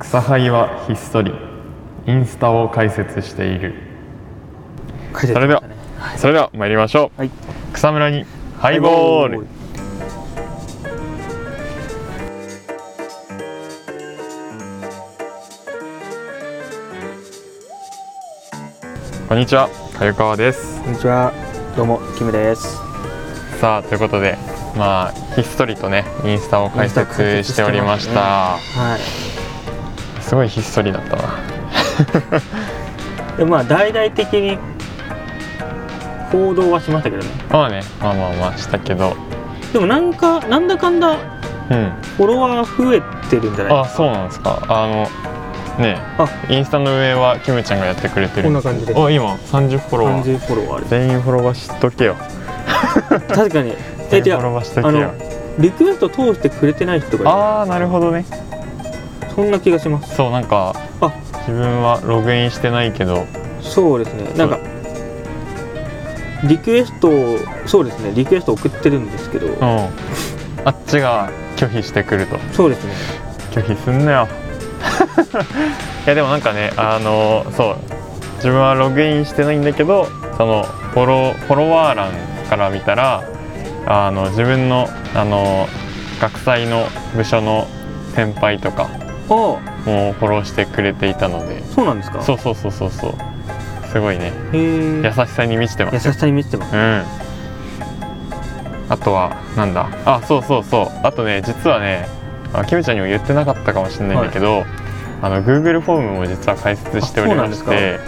草灰はひっそりインスタを開設している書いてそあれでりまはしたねそれでは参りましょう、はい草むらにハイボールこんにちはか川ですこんにちはどうもキムですさあということでまあひっそりとねインスタを開インスタ開設設しておりまししてたまはいすごいひっそりだったなでまあ大々的に報道はしましたけどねまあねまあまあまあしたけどでもなんかなんだかんだうんフォロワー増えてるんじゃないあそうなんですかあのねあインスタの上はキムちゃんがやってくれてるこんな感じですあ今30フォロワー30フォロワーで全員フォロワーしとけよす 確か全にえ員フじォロゃワーしとあけよのリクエスト通してくれてない人がああーなるほどねいるそんな気がしますそうなんかあ自分はログインしてないけどそうですねなんかリクエストをそうですねリクエスト送ってるんですけど、うんあっちが拒否してくるとそうですね拒否すんなよ いやでもなんかねあのそう自分はログインしてないんだけどそのフォロフォロワー欄から見たらあの自分のあの学祭の部署の先輩とかああもフォローしてくれていたのでそうなんですかそうそうそうそうそうすごいねへ優えしさに満ちてま優すよしさに見せてますうんあとはなんだあそうそうそうあとね実はねあキムちゃんにも言ってなかったかもしれないんだけど、あの Google フォームも実は開設しておりまして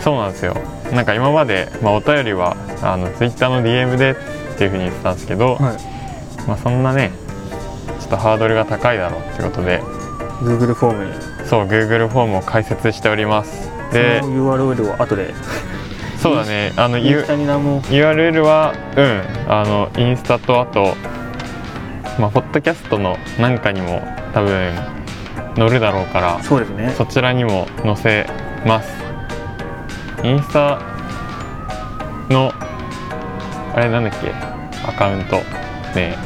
そうなんですよなんか今まで、まあ、お便りはあの Twitter の DM でっていうふうに言ってたんですけど、はいまあ、そんなねちょっとハードルが高いだろうってことで Google フォームにそう Google フォームを開設しておりますでその URL は後でそうだねあのインゆスタに何も URL はうんあのインスタとあとまあポッドキャストのなんかにも多分載るだろうからそうですねそちらにも載せますインスタのあれなんだっけアカウントね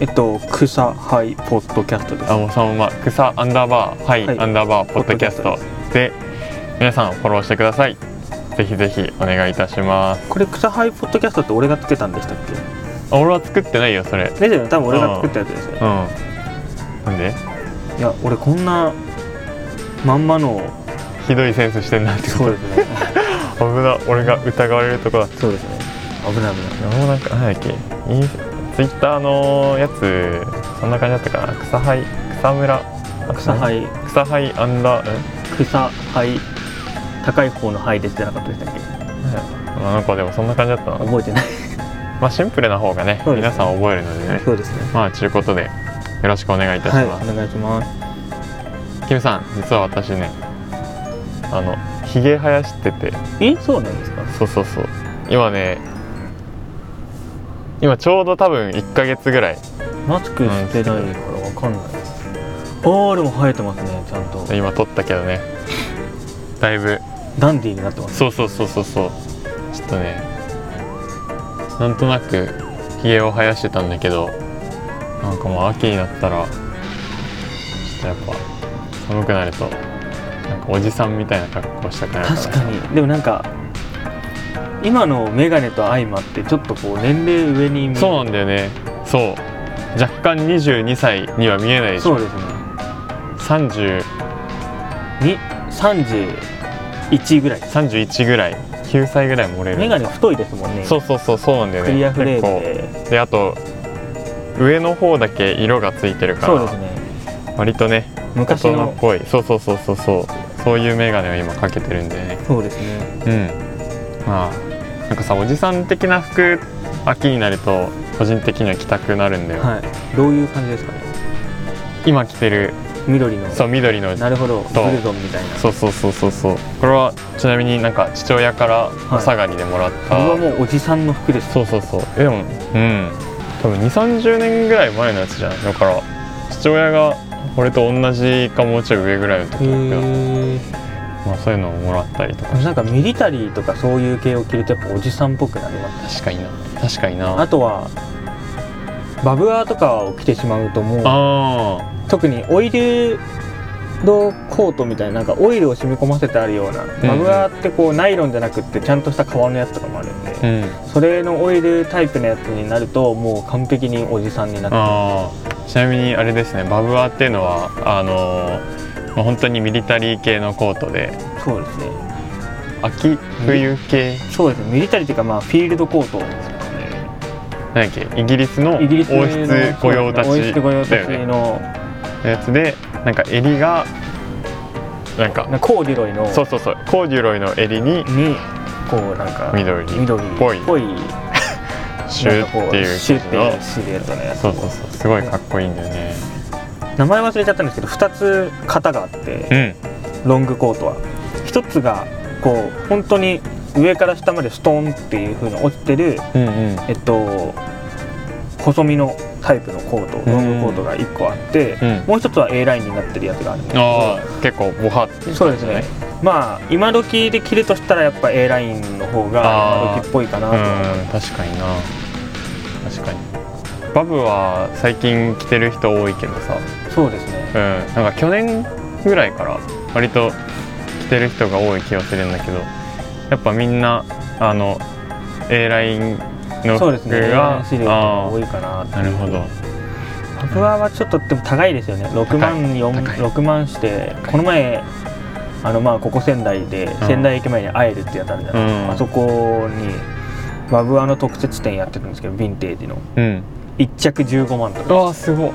えっと草ハイポッドキャストですあもうそのまま草アンダーバーハイ、はいアンダーバーポッドキャスポットドキで皆さんフォローしてくださいぜひぜひお願いいたしますこれ草ハイポッドキャストって俺がつけたんでしたっあ俺は作ってないよそれけですよね多分俺が作ったやつですようんなんでいや俺こんなまんまのひどいセンスしてんなって こそうとですね危な俺が疑われるとこだ そうですね危ない危ないもうなんかなんだっけインスツイッターのやつそんな感じだったかな草灰草むらあ草ハイ草灰アンダーん草灰高い方の灰ですじゃなかったでしたっけなんやろまあなんかでもそんな感じだったな覚えてないまあシンプルな方がねそうです皆さん覚えるのでねそうですねまあちゅうことでよろしくお願いいたしはいます、お願いしますキムさん実は私ねあのひげ生やしててえそうなんですかそうそうそう今ね今ちょうど多分1ヶ月ぐらいマスクしてないからわかんないああでも生えてますねちゃんと今撮ったけどねだいぶダンディーになってますそうそうそうそうそうちょっとねなんとなくひげを生やしてたんだけどなんかもう秋になったらちょっとやっぱ寒くなるとなんかおじさんみたいな格好したくなる確かにでもなんか今のメガネと相まってちょっとこう年齢上に見えるそうなんだよねそう若干22歳には見えないでしそょうですね30に31ぐらい31ぐらい9歳ぐらいもれるメガネ太いですもんねそうそうそうそうなんだよねクリアフレーム結で構であと上の方だけ色がついてるかそうですら、ね割とね大昔人のっぽいそうそうそうそうそうそういう眼鏡を今かけてるんでねそうですねうんまあなんかさおじさん的な服秋になると個人的には着たくなるんだよ、はいどういう感じですかね今着てる緑のそう緑のなるほどブそうルゾンみたいなそうそうそうそうそうこれはちなみになんか父親からお下がりでもらった、これはもうおじさんの服ですそうそうそうでもうん多分2 3 0年ぐらい前のやつじゃないだから父親が俺と同じかもうちょい上ぐらいの時だけど、へまあ、そういうのをもらったりとかえなんかミリタリーとかそういう系を着るとやっぱおじさんっぽくなります確かにな確かになあとはバブアーとかを着てしまうともうあ特にオイルドコートみたいななんかオイルを染み込ませてあるようなマグワってこうナイロンじゃなくってちゃんとした革のやつとかもあるんで、うんそれのオイルタイプのやつになるともう完璧におじさんになってあーちなみにあれですねバブアーっていうのはあのーもう本当にミリタリー系のコートでそうですね秋冬系、そうですねミリタリーというかまあフィールドコートなんだっけイギリスの王イギリスの室御用達そうですね王室御用だよ達ねののやつでなんか襟がなんかなんかコーデュロイのそうそうそうコーデュロイの襟ににこうなんか緑緑っぽいぽいシューっていうシューってのいうシルエットのやつそうそうそうすごいかっこいいんだよね名前忘れちゃったんですけど2つ型があってロングコートは1つがこう本当に上から下までストーンっていう風に落ちてるうんうんうんえっと細身のタイプのコートロングコートが1個あって、うんもう1つは A ラインになってるやつがあるんですけあどあ結構ボハってそうですねまあ今時で着るとしたらやっぱ A ラインの方があー今時っぽいかなと思いますうん確かにな確かにバブは最近着てる人多いけどさ、そうですねうん、なんか去年ぐらいから割と着てる人が多い気がするんだけどやっぱみんなあの A ラインのそう服ですね A ライが、ンシルエットがあ多いかなあなるほどパプアはちょっとでも高いですよね6万高い4 6万してこの前あのまあここ仙台でん仙台駅前に会えるってやったんじゃないですか、うんあそこにバブアの特設店やってるんですけどヴィンテージのうん1着15万とかわあすごい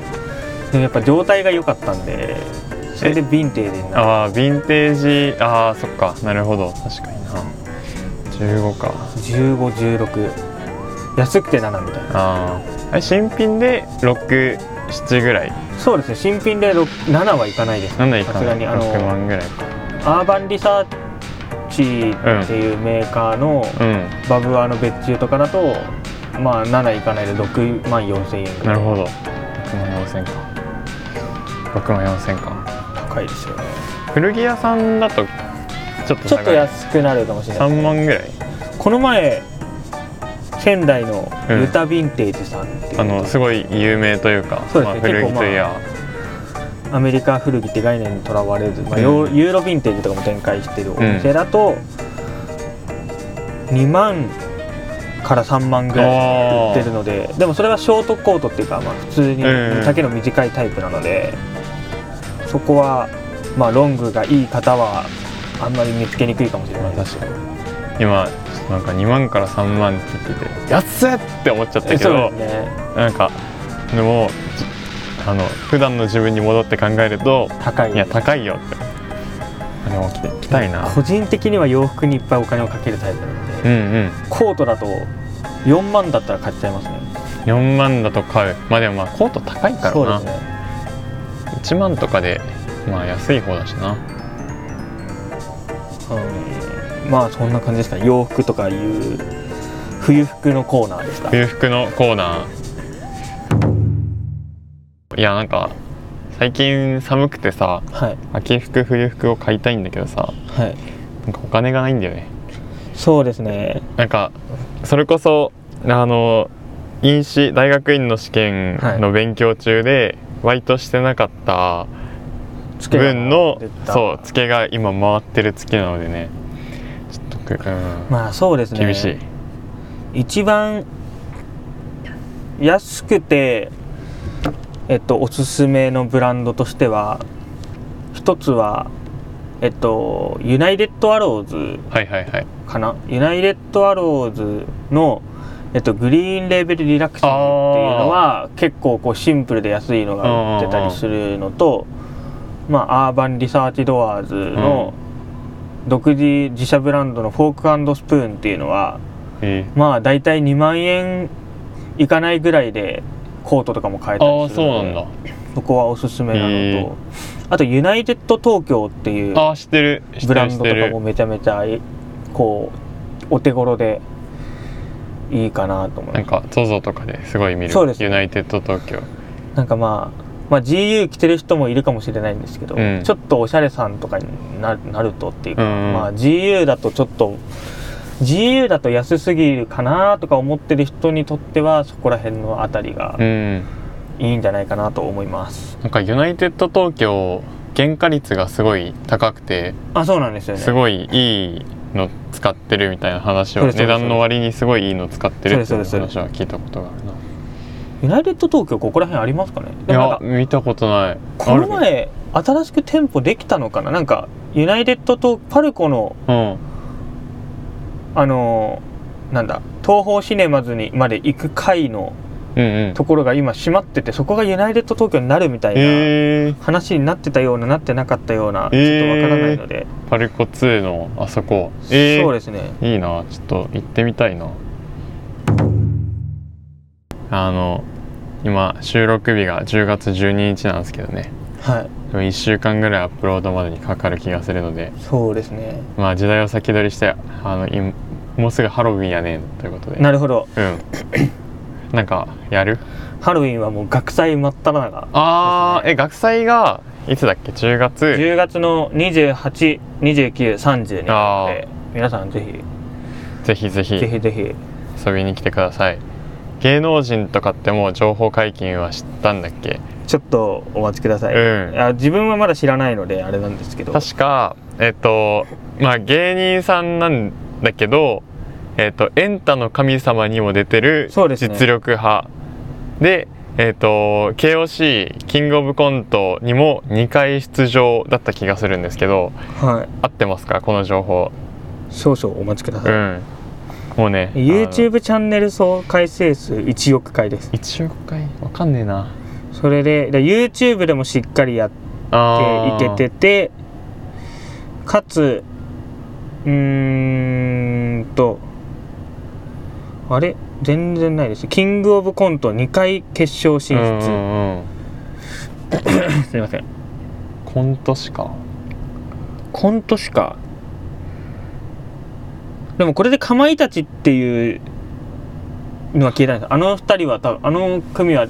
でもやっぱ状態が良かったんでそれでヴィンテージになるああヴィンテージああそっかなるほど確かにな15か1516安くて7みたいなあーあれ新品で67ぐらいそうですね新品で6 7はいかないですなんだいさかすがにあの6万ぐらいかアーバンリサーチっていうメーカーの、うんバブアの別注とかだとまあ7いかないで6万4千円ぐらないるほど6万4000か6万4000か高いですよね古着屋さんだとちょっとちょっと高い安くなるかもしれない3万ぐらいこの前仙台のうんユタヴィンテージさんっていう、あのすごい有名というかそうですね古着といえば、アメリカ古着って概念にとらわれず、まあうんヨーユーロヴィンテージとかも展開してるお店だと、2万から3万ぐらい売ってるのででもそれはショートコートっていうか、まあ、普通にうん丈の短いタイプなので、そこは、まあ、ロングがいい方はあんまり見つけにくいかもしれないです確かに今ちょっとなんか2万から3万って聞いて安っって思っちゃったけそうどですねなんかでもじあの普段の自分に戻って考えると高いいや高いよってあれも着て着たいな個人的には洋服にいっぱいお金をかけるタイプなのうで、んうんコートだと4万だったら買っちゃいますね4万だと買うまあでもまあコート高いからそうでな、すね1万とかでまあ安い方だしなうんまあそんな感じですかね洋服とかいう冬服のコーナーでした冬服のコーナーいやなんか最近寒くてさはい秋服冬服を買いたいんだけどさはいなんかお金がないんだよねそうですねなんかそれこそあの院試大学院の試験の勉強中で、バイトしてなかったつ分のそそうツケが今回ってるツケなのでねちょっとく、うんまあそうですね厳しい、一番安くてえっとおすすめのブランドとしては一つはえっとユナイテッドアローズはいはいはいかなユナイテッドアローズの、えっと、グリーンレーベルリラクシングっていうのは結構こうシンプルで安いのが売ってたりするのと、まあ、アーバンリサーチドアーズの独自自社ブランドのフォークスプーンっていうのはえまあ大体2万円いかないぐらいでコートとかも買ー、えたあありすそるうのなんでだそこはおすすめなのと、へーあとユナイテッド東京っていうああ知ってる知ってブラるン知ドっとてかるもめちゃめちゃこうお手頃でいいかなと思いなまんすか ZOZO とかですごい見るそうですねユナイテッド東京なんかまあまあ GU 着てる人もいるかもしれないんですけど、うんちょっとおしゃれさんとかにななるとっていうか、うんまあ GU だとちょっと GU だと安すぎるかなとか思ってる人にとってはそこら辺のあたりがうんいいんじゃないかなと思いますなんかユナイテッド東京原価率がすごい高くてあそうなんですよねすごいいいの使ってるみたいな話をそうですそ値うです段の割にすごいいいの使ってるってそういうですそうです話は聞いたことがあるなユナイテッド東京ここら辺ありますかねでもなんいやか見たことないこのある前新しく店舗できたのかななんかユナイテッドとパルコのうんあのーなんだ東宝シネマズにまで行く回のうんうんところが今閉まっててそこがユナイテッド東京になるみたいな、えー、話になってたようななってなかったようなちょっえとーわからないので、パルコ2のあそこえー、そうですねいいなちょっと行ってみたいなあの今収録日が10月12日なんですけどねはいでも1週間ぐらいアップロードまでにかかる気がするのでそうですねまあ時代を先取りしてあのいもうすぐハロウィンやねんということでなるほどうんなんかやるハロウィンはもう学祭真っ只中あー、ですねえ学祭がいつだっけ10月10月の282930にああーるので皆さんぜひぜひぜひぜひぜひ遊びに来てください芸能人とかってもう情報解禁は知ったんだっけちょっとお待ちください、うんあ自分はまだ知らないのであれなんですけど確かえっとまあ芸人さんなんだけどえっとエンタの神様にも出てるそうですね実力派で,、えっと KOC キングオブコントにも2回出場だった気がするんですけどはい合ってますかこの情報少々お待ちくだうさい、んもうね YouTube チャンネル総回生数1億回です1億回わかんねえなそれでで YouTube でもしっかりやってあっていけててかつうーんとあれ全然ないですキングオブコント2回決勝進うんう出んうんすいませんコントしかコントしかでもこれでかまいたちっていうのは消えたんですあの2人は多分あの組は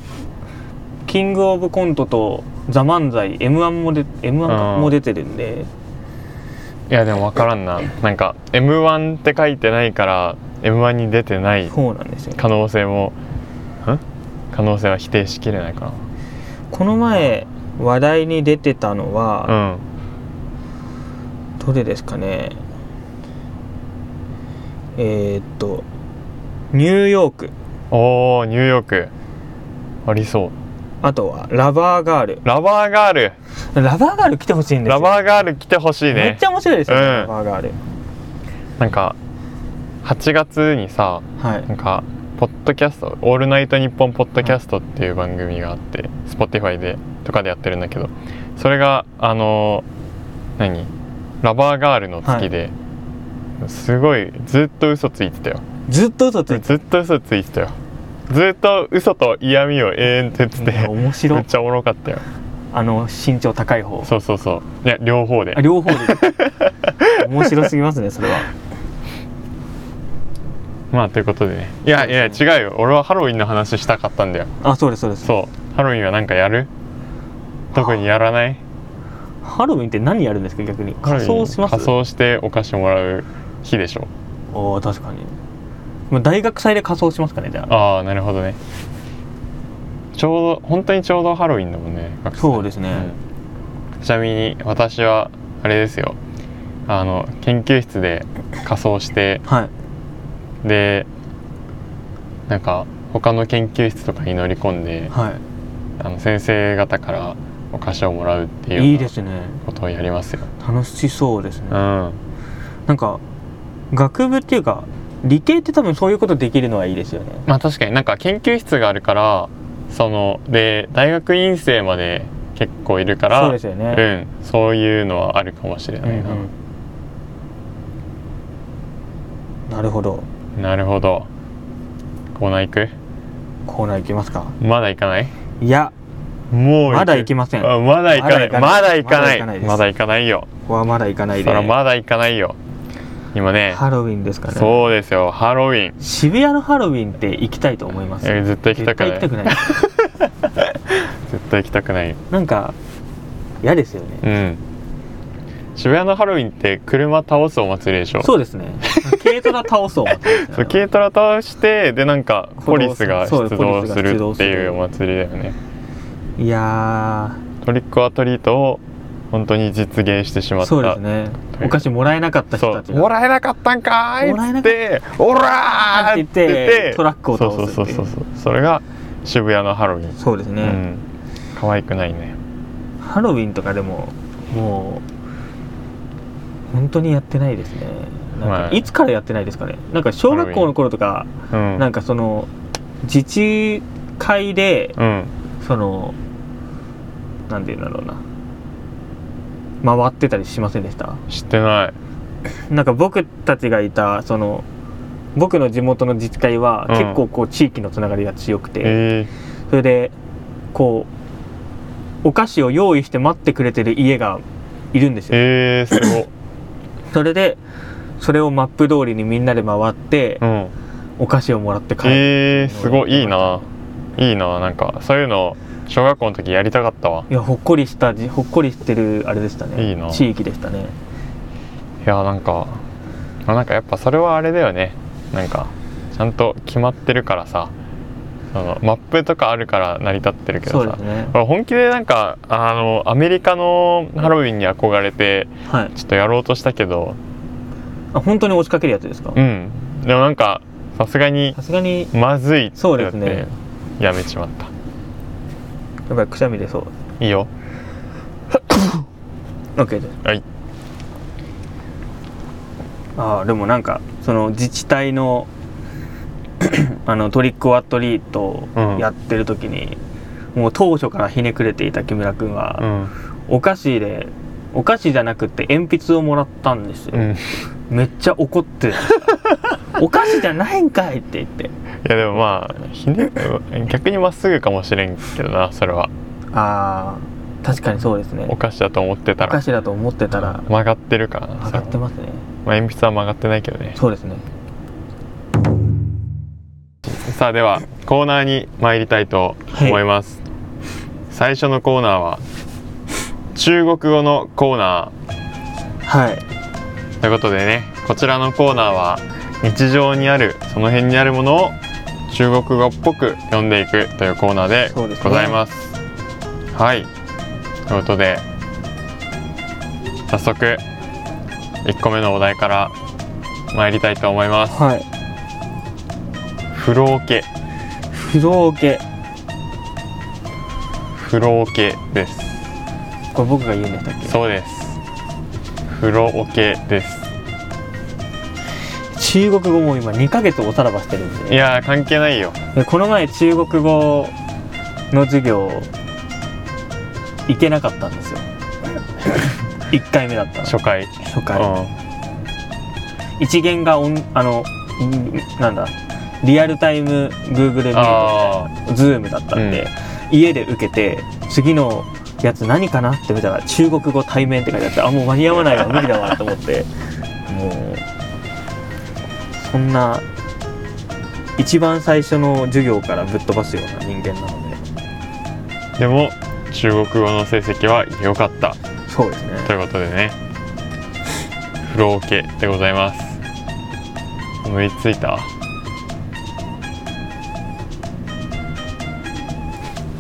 キングオブコントとザ・漫才 m 1もで m 1も出てるんでいやでも分からんななんか m 1って書いてないから m 1に出てないそうなんですよ可能性もん可能性は否定しきれないかこの前話題に出てたのは、なうんどれですかねえー、っとニューヨークおーニューヨークありそうあとはラバーガールラバーガールラバーガール来てほしいんですよラバーガール来てほしいめっねちゃ面白いですよね、うんラバーガールなんか8月にさはいなんかポッドキャスト「オールナイトニッポン」ポッドキャストっていう番組があって Spotify でとかでやってるんだけどそれがあのー何ラバーガールの月で、すごいずっと嘘ついてたよずっと嘘ついてずっと嘘ついてたよずっと嘘と嫌味を永遠と言っててうん面白めいっちゃおもろかったよあの身長高い方そうそうそういや両方であ両方で面白すぎますねそれはまあということでねいやいや違うよ俺はハロウィンの話したかったんだよあそうですそうですそうハロウィンはなんかやる特にやらないハロウィンって何やるんですか逆に仮装します仮装してお菓子もらう日でしょおー確かにまあ大学祭で仮装しますかねじゃあああなるほどねちょうど本当にちょうどハロウィンだもんね学生そうですねうんちなみに私はあれですよあの研究室で仮装してはいでなんか他の研究室とかに乗り込んではあの先生方からお菓子をもらうっていういいいようでなすねことをやりますよ、楽しそうですうねん、なんか学部っていうか理系って多分そういうことできるのはいいですよねまあ確かになんか研究室があるからそので大学院生まで結構いるからそうですよね、うん、そういうのはあるかもしれうなんいな、うんなるほどなるほどコーナー行くコーナー行きますかまだ行かないいやもうまだ行きませんあまだ行かないまだまだ行行かかなないいまだ行かないよここはまだ行かないそでらまだ行かないよ今ねハロウィンですかねそうですよハロウィン渋谷のハロウィンって行きたいと思いますえー絶対行きたくない絶対行きたくない絶対行きたくないなんか嫌ですようねん渋谷のハロウィンって車倒すお祭りでしょそうですね軽トラ倒そう思ってま すそう軽トラ倒してでなんかポリスがそう出動ポリスすがる出動ってするいうお祭りだよねいやトリックアトリートを本当に実現してしまっーたそうですねというお菓子もらえなかった人そたうちもがらえなかったんかーいもらっえつっなかって「オラー!」って言ってって言ってトラックを倒すっていうそうそうそうそうそれが渋谷のハロウィン、そうですうね、ん可愛くないねハロウィンとかでももう本当にやってないですねなはんかいいつからやってないですかねなんか小学校の頃とかうんなんかその自治会でうんそのなんて言うんだろうな回ってたりしませんでした知ってないなんか僕たちがいたその僕の地元の自治会はうん結構こう地域のつながりが強くて、えそれでこうお菓子を用意して待ってくれてる家がいるんですー、よえー、す ごっそれでそれをマップ通りにみんなで回ってうんお菓子をもらって帰る、えー、すごいいいないいななんかそういうの小学校の時やりたかったわいやほっこりしたじほっこりしてるあれでしたねいいな地域でしたねいやなんかあなんかやっぱそれはあれだよねなんかちゃんと決まってるからさそのマップとかあるから成り立ってるけそどうでさす、ね俺本気でなんかあのアメリカのハロウィンに憧れてはいちょっとやろうとしたけどあ本当に押しかけるやつですかうんでもなんかさすがにさすがにまずいってそうなでっすて、ねやめちまったやっぱりくしゃみでそういいよ OK ですはいああでもなんかその自治体の あのトリック・オア・トリートをやってる時に、もう当初からひねくれていた木村君うは、んお菓子でお菓子じゃなくて鉛筆をもらったんですよ、うんいめっちゃ怒ってた お菓子じゃないんかいって言ってやでもまあひね逆にまっすぐかもしれんけどなそれはああ確かにそうですねお菓子だと思ってたお菓ら子だと思ってたら曲がってるからな上がってますねまあ、鉛筆は曲がってないけどねそうですねさあではコーナーに参りたいと思います、最初のコーナーは中国語のコーナはいーということでねこちらのコーナーは日常にあるその辺にあるものを中国語っぽく読んでいくというコーナーでそうですねございますはいということで早速1個目のお題から参りたいと思いますはい風呂桶不動系風呂桶ですこれ僕が言うんでしたっけそうです。風呂桶です。中国語も今2ヶ月おさらばしてるんいでやー関係ないよ。でこの前中国語の授業行けなかったんです よ1回目だったの初初回。回、一元がオンあのんなんだリアルタイム Google うん。 Meet ああ。 Zoom だったんで、家で受けて次のやつ何かなって見たら中国語対面って書いてあってあもう間に合わないわ無理だわと思ってもうそんな一番最初の授業からぶっ飛ばすような人間なのででも中国語の成績は良かったそうですねということでね。風呂桶でございます。思いついた。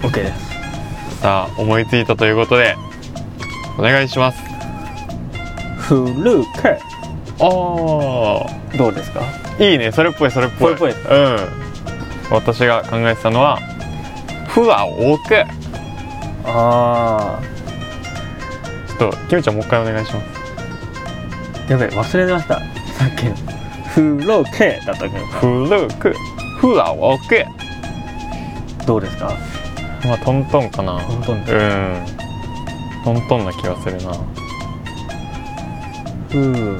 OK ですさあ思いついたということでお願いします。フルーああ。ケどうですかいいねそれっぽいそれっぽい。それっぽうん。私が考えてたのはふわおく。ちあょっときみちゃんもう一回お願いします。ーやべえ忘れてましたさっきのフルーケだったけど古くフラオケどうですかまあトントンかなトントンうんトントンな気がするなふうふ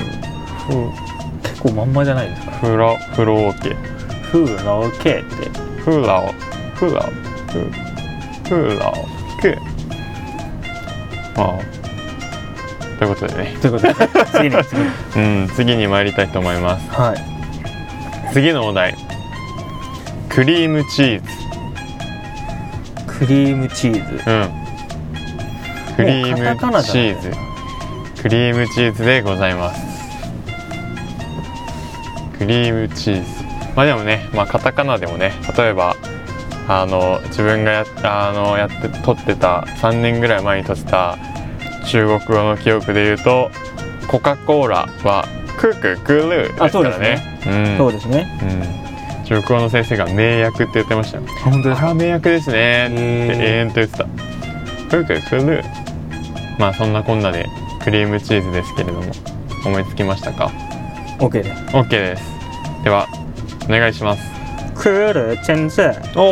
結構まんまじゃないですかフラフロオケフーラオケってフラオフラオフフラオケまあということでねということ で次に次にうん次に参りたいと思いますはい次のお題クリームチーズクリームチーズうんクリームもうカタカナチじゃないーズクリームチーズでございますクリームチーズまあでもねまあカタカナでもね例えばあの自分がやあのやって撮ってた3年ぐらい前に撮ってた中国語の記憶で言うとコカ・コーラはクークークールーですからね。うんそうですねうん中国語の先生が名役って言ってましたよ。本当ですあ、名役ですねってへー永遠と言ってた。クルクルクル。まあそんなこんなでクリームチーズですけれども思いつきましたか OK です ?OK です。ではお願いします。来る先生おお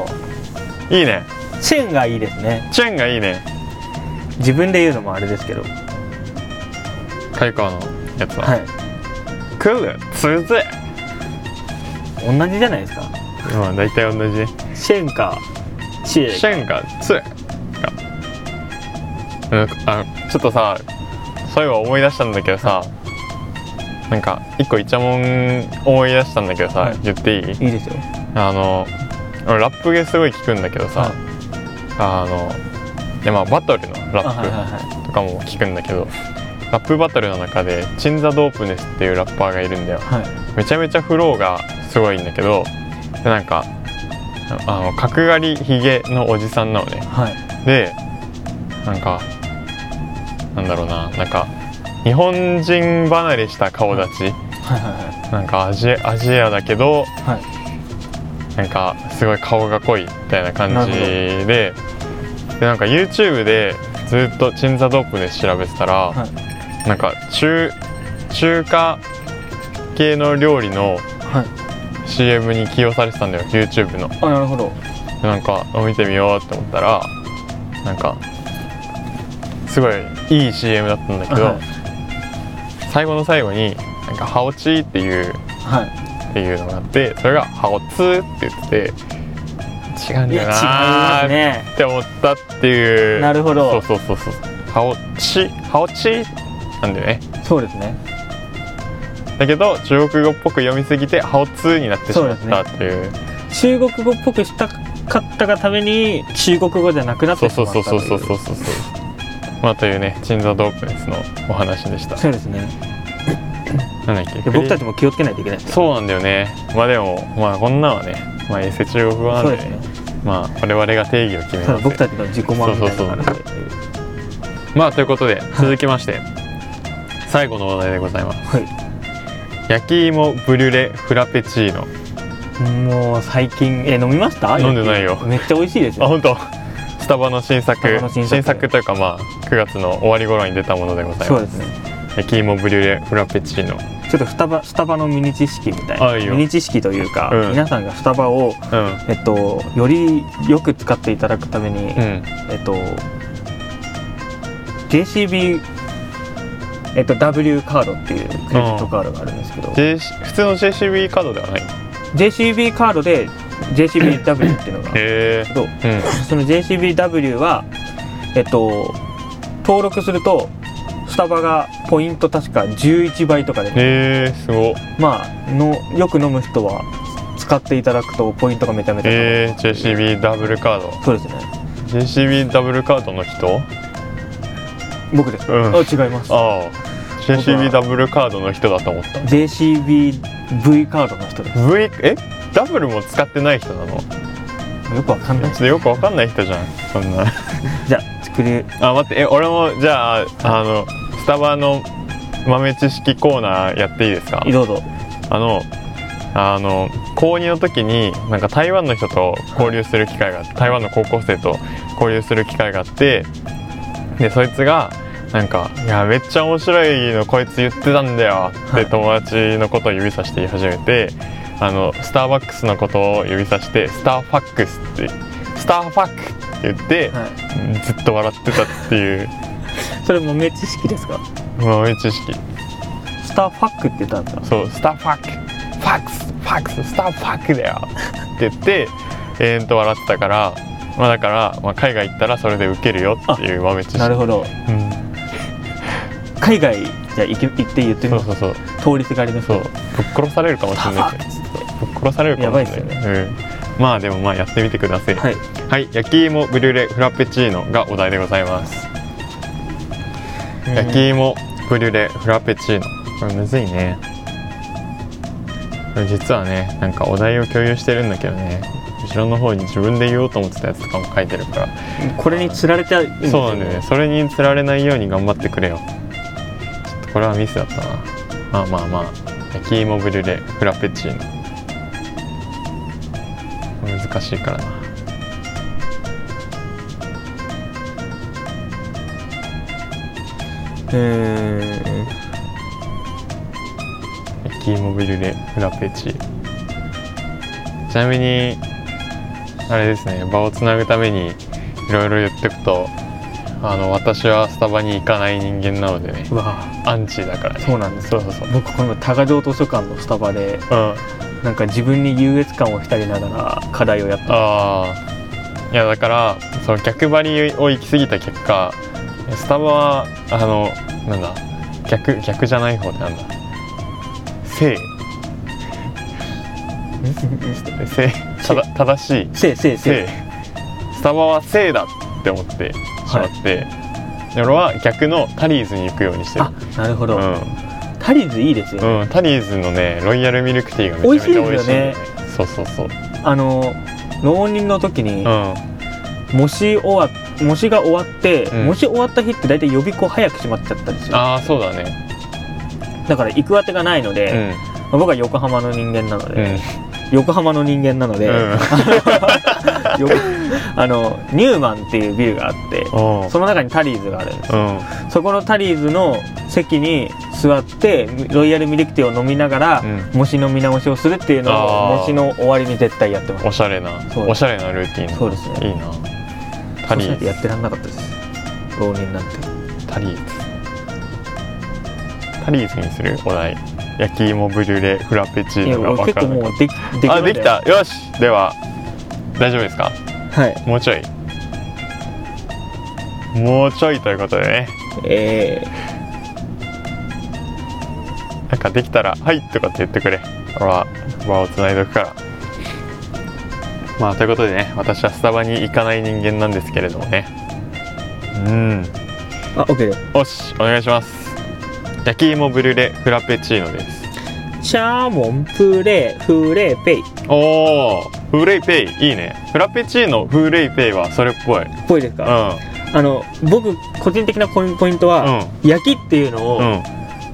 おいいね。チェンがいいですねチェンがいいね。自分で言うのもあれですけどカイコのやつは。はいクルツーズ。同じじゃないですかまあ大体同じね。シェンかチェシェンがツーがうんあちょっとさそういえば思い出したんだけどさ、なんか一個イチャモン思い出したんだけどさ、はい言っていいいいですよあの俺ラップがすごい聞くんだけどさ、はいあのいやまあバトルのラあはいはいッはプとかも聞くんだけど、ラップバトルの中でチンザ・ドープネスっていうラッパーがいるんだよいはいめちゃめちゃフローがすごいんだけどでなんかあの角刈りひげのおじさんなのねはいでなんかなんだろうななんか日本人離れした顔立ちはいはなんかアジアジアだけどいはいはいなんかすごい顔が濃いみたいな感じなるででなんか YouTube でずっとチンザドープで調べてたら、はいなんか中中華系の料理のはい CM に起用されてたんだよ YouTube の。あなるほどなんかあ見てみようって思ったらなんかすごいいい CM だったんだけど、はい最後の最後になんか「ハオチー」っていうはっていうのがあってそれが「ハオツー」って言ってて違うんいいだよや違いなますーっねて思ったっていうなるほどそうそうそうそう「ハオチ」「ハオチ」なんだよねそうですねだけど中国語っぽく読みすぎて「ハオツー」になってしまったっていう中国語っぽくしたかったがために中国語じゃなくなっそてうしまそうったそうそうそうとそいうそうまあというねチンザドープネスのお話 でしたそうですねなんだっけで僕たちも気をつけないといけないですねそうなんだよねまあでもまあこんなんはねまあエセ中国語なんそうでですねまあ我々が定義を決めたまだす僕たちの自己満みたいなのがあるのでまあということで続きまして、最後のお題でございますは焼き芋ブリュレフラペチーノいもう最近え飲みました飲んでないよめっちゃ美味しいですあよ本当スタバの新作スタバの新作というかまあ9月の終わり頃に出たものでございそうまですすね焼き芋ブリュレフラペチーノちょっとスタバスタバのミニ知識みたいなあいいよミニ知識というか、うん皆さんがスタバを、うんえっと、よりよく使っていただくために、うんえっと JCB、えっと、W カードっていうクレジットカードがあるんですけど、 J 普通の JCB カードではない JCB カードで JCBW っていうのがあるんでへすけどえうんその JCBW はえっと登録するとスタバがポイント確か11倍とかでへえすごっまあのよく飲む人は使っていただくとポイントがめちゃめちゃ貯まるえー、JCB ダブルカードそうですね JCB ダブルカードの人僕です、うんあ違いますああ僕は JCB ダブルカードの人だと思った JCBV カードの人です V えダブルも使ってない人なのよくわかんないちょっとよくわかんない人じゃんそんなじゃあ作りあ待ってえ俺もじゃああのスタバの豆知識コーナーやっていいですかどうぞあのあの高2の時になんか台湾の人と交流する機会があって台湾の高校生と交流する機会があってでそいつがなんか「いやめっちゃ面白いのこいつ言ってたんだよ」って友達のことを指さして言い始めてあのスターバックスのことを指さして「スターファックス」って「スターファック」って言って、はいずっと笑ってたっていうそれ豆知識ですか豆知識スターファックって言ったんですかそう、スターファック、ファックス、ファックス、スターファックだよって言って、延々と笑ってたから、まあだから、まあ、海外行ったらそれでウケるよっていう豆知識。なるほどうん海外じゃあ行け行って言ってみそうますそうそう、通りすがりの人そう、ぶっ殺されるかもしれないけど。ぶっ殺されるかもしれない。やうん。まあでもまあやってみてください。はいはい、焼き芋ブリュレフラペチーノがお題でございます。焼き芋ブリュレフラペチーノこれむずいねこれ実はねなんかお題を共有してるんだけどね後ろの方に自分で言おうと思ってたやつとかも書いてるからこれに釣られていいんですそうよなんだよねそれに釣られないように頑張ってくれよちょっとこれはミスだったなまあまあまあ焼き芋ブリュレフラペチーノ難しいからなえー焼き芋ブリュレフラペチーノちなみにあれですね場をつなぐためにいろいろ言ってくとあの私はスタバに行かない人間なのでねうわアンチだからねそうなんですそうそうそう僕この多賀城図書館のスタバでうんなんか自分に優越感を浸りながら課題をやったああいやだからその逆張りを行き過ぎた結果スタバはあのなんだ逆逆じゃない方でなんだ正 正正正しいせいせいせい正スタバは正だって思ってしまって、で俺は逆のタリーズに行くようにしてるあなるほど、うタリーズいいですよね、ん、うん、タリーズのねロイヤルミルクティーがめちゃめちゃ美味しいんだよね美味しいですそうそうそううんあの浪人の時に、あ模試終わ模試が終わって、うん模試終わった日って大体予備校早く閉まっちゃったんですよあそうだねだから行く当てがないので、まあ僕は横浜の人間なのうんうで、ん横浜の人間な ので、よあのニューマンっていうビルがあってうんうんその中にタリーズがあるんですうんそこのタリーズの席に座ってロイヤルミルクティーを飲みながら、う模試の見直しをするっていうのあをー模試の終わりに絶対やってますおしゃれなそうおしゃれなルーティンそうですいねいなタリそうしないとーやってらんなかったです浪人なんてズタリーズタリーズにするお題焼き芋ブリュレフラペチいーやノが俺分結から構なかもっうできでたきまあでできたよしでは大丈夫ですかはいもうちょいもうちょいということでねえなんかできたら「はい」とかって言ってくれ俺は輪をつないでおくからまあということでね私はスタバに行かない人間なんですけれどもねうんー、あ OK ですよしお願いします焼き芋ブリュレフラペチーノですシャーモンプレーフレーペイっおおフーレイペイいいねフラペチーノフーレイペイはそれっぽいうんぽいですか、あの僕個人的なポインポイントは、焼きっていうのを、うんうん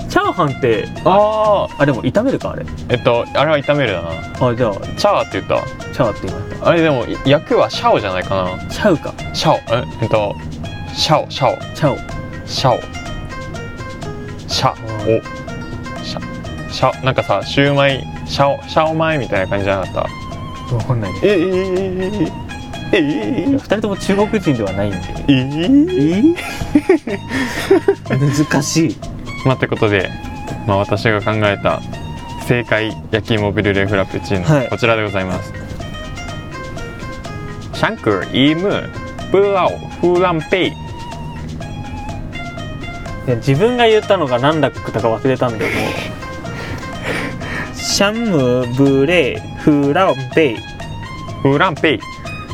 チャーハンってあああでも炒めるかあれえっとあれは炒めるだなあじゃあチャーって言ったわチャーって言いましあれでもい焼くはシャオじゃないかなたチャウかシャオええっとシャオシャオチャウシャオシャオシャシャなんかさシューマイシャオシャオマイみたいな感じじゃなかったわかんないですえええええ2人とも中国人ではないんでええ 難しいまあということで、まあ、私が考えた正解焼き芋ブリュレフラペチーノ、はいこちらでございますシャンクイムブラオフランペイ自分が言ったのが何だったか忘れた んでもうシャムブレフランペイフランペイ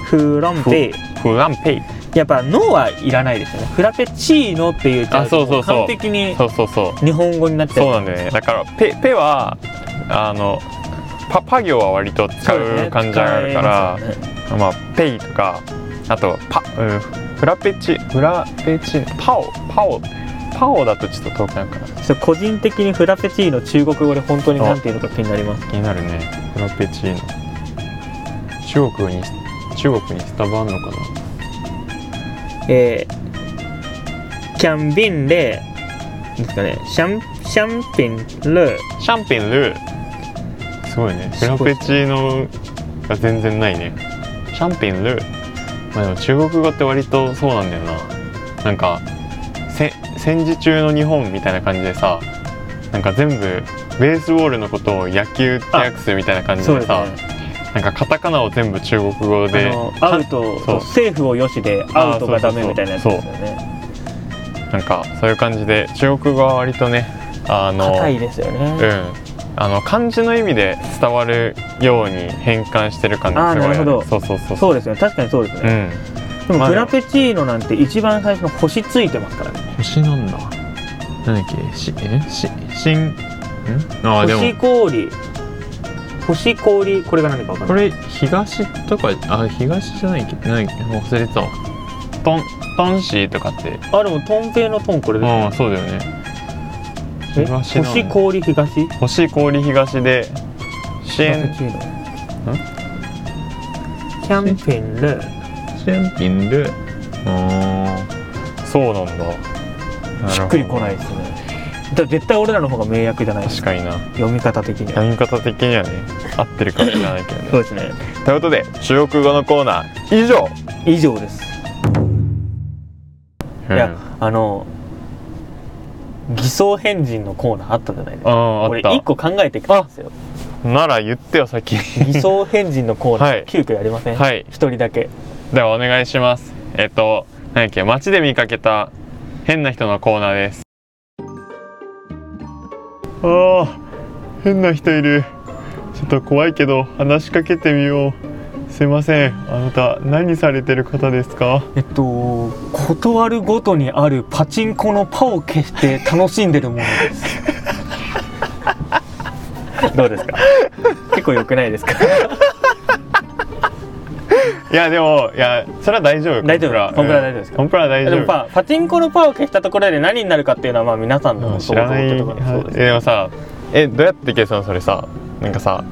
フランペイフランペイやっぱ脳はいらないですよねフラペチーノっていうあそうそうそう完璧にそうそうそう日本語になっちそうゃうなんだよねだからペペはあのパパ行は割と使そうですうね感じがあるから使えますよねま、あペイとかあとパ、うん、フラペチフラペチパオパオパオだとちょっと遠くなるかなちょっと個人的にフラペチーノ中国語で本当に何ていうのか気になります気になるねフラペチーノ中国に中国にスタバあんのかえーキャンビンレですかねシャンシャンピンレなシャンペンルすごいねフすごラいペチーノが全然ないねシャンペンルまあでも中国語って割とそうなんだよななんかせ戦時中の日本みたいな感じでさなんか全部ベースボールのことを野球って訳すみたいな感じそうでですさねなんかカタカナを全部中国語あでのアウトそう政府をよしでアウトがダメみたいなやつですよねなんかそういう感じで中国語は割とねあの硬いですようねん、あの漢字の意味で伝わるように変換してる感あーじすごいよなるほねそどうそうそうそうですね確かにそうですうねんでまもあフラペチーノなんて一番最初の星ついてますからね星なんだなんだっけしえししんんあーでも星氷星氷これが何か分かんこないれ東とかあ東じゃないっけないっけもう忘れてたわトントンシーとかってあでもトンペイのトンこれでうんそうだよねす、ね、東なの星氷東星氷東で支援キャンペンル支援ピンルあーそうなんだしっくりこないるですねだから絶対俺らの方が名役じゃないほど確かにな読み方的には読み方的にはね合ってるかもしれないけどねそうですねということで中国語のコーナー以上以上です、いやあの偽装変人のコーナーあったじゃないですあかああ俺っ一個考えてきたんです よたなら言ってよ先に偽装変人のコーナー、はい急遽やりません 一、はい人だけではお願いしますえっと何やっけ街で見かけた変な人のコーナーですあー変な人いるちょっと怖いけど話しかけてみようすいませんあなた何されてる方ですかえっと断るごとにあるパチンコのパを消して楽しんでるものです どうですか結構良くないですかいやでもいやそれは大丈夫大丈夫コンプラコンプラ大丈夫ですかコンプラは大 で丈も夫パパチンコのパを消したところで何になるかっていうのはまあ皆さんの知らない想像ってところそうですえでもさえどうやって計算それさなんかさ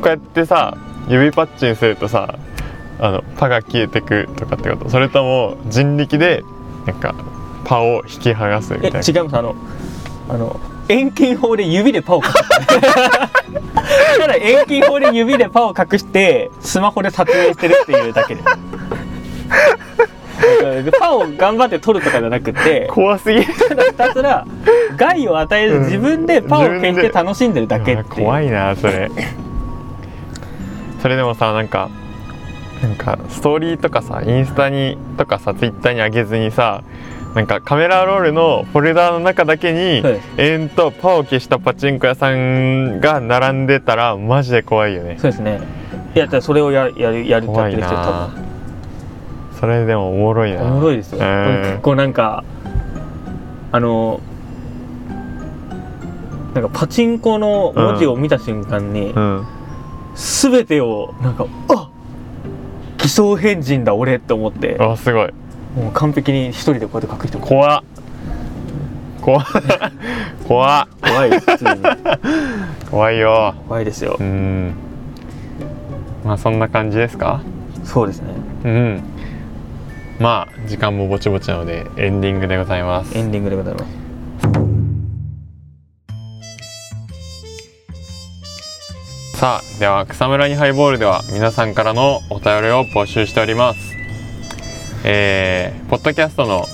こうやってさ指パッチンするとさあのパが消えてくとかってことそれとも人力でなんかパを引き剥がすみたえいな違いますあのあの遠近法で指でパを隠して ただ遠近法で指でパを隠してスマホで撮影してるっていうだけ でだからパを頑張って撮るとかじゃなくて怖すぎるただひたすら害を与えず自分でパを消して楽しんでるだけっていう怖いなそれそれでもさなんかなんかストーリーとかさインスタにとかさツイッターに上げずにさなんかカメラロールのフォルダーの中だけに、はいえーんとパを消したパチンコ屋さんが並んでたらマジで怖いよねそうですねいやだからそれをややるやるや怖っている人多分なそれでもおもろいなおもろいですよ、う結ん構なんかあのなんかパチンコの文字を見た瞬間に、うん全てをなんかあ偽装変人だ俺って思ってあすごいもう完璧に一人でこうやって書く人怖怖っ怖っ怖っいです普通に怖いよ怖いですようんまあそんな感じですかそうですねうんまあ時間もぼちぼちなのでエンディングでございますエンディングでございますさあでは草むらにハイボールでは皆さんからのお便りを募集しておりますえー、ポッドキャストの、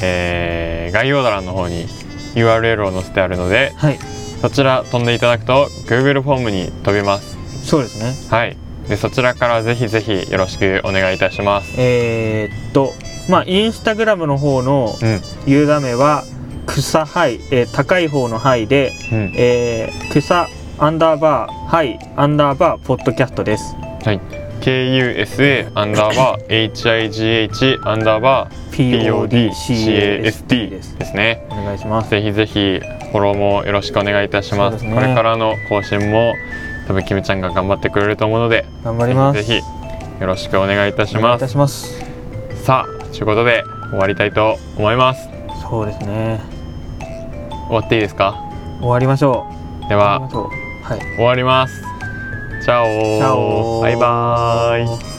えー概要欄の方に URL を載せてあるのではいそちら飛んでいただくと Google フォームに飛びますそうですねはいでそちらからぜひぜひよろしくお願いいたしますえーっとまあインスタグラムの方のうんユーザー名は草ハイ、えー高い方のハイでうんえー、草アンダーバーハイアンダーバーポッドキャストですはい。KUSA アンダーバー HIGH アンダーバー PODCAST で PODCAST すね。お願いしますぜひぜひフォローもよろしくお願いいたしまそうす。ですこねれからの更新も多分キムちゃんが頑張ってくれると思うので、頑張りまぜすひぜひよろしくお願いいたしお願いまいたす。しますさあ、ということで終わりたいと思います。そうですね終わっていいですか終わりましょでう終わりはましょうはい終わります。チャオチャオバイバーイ。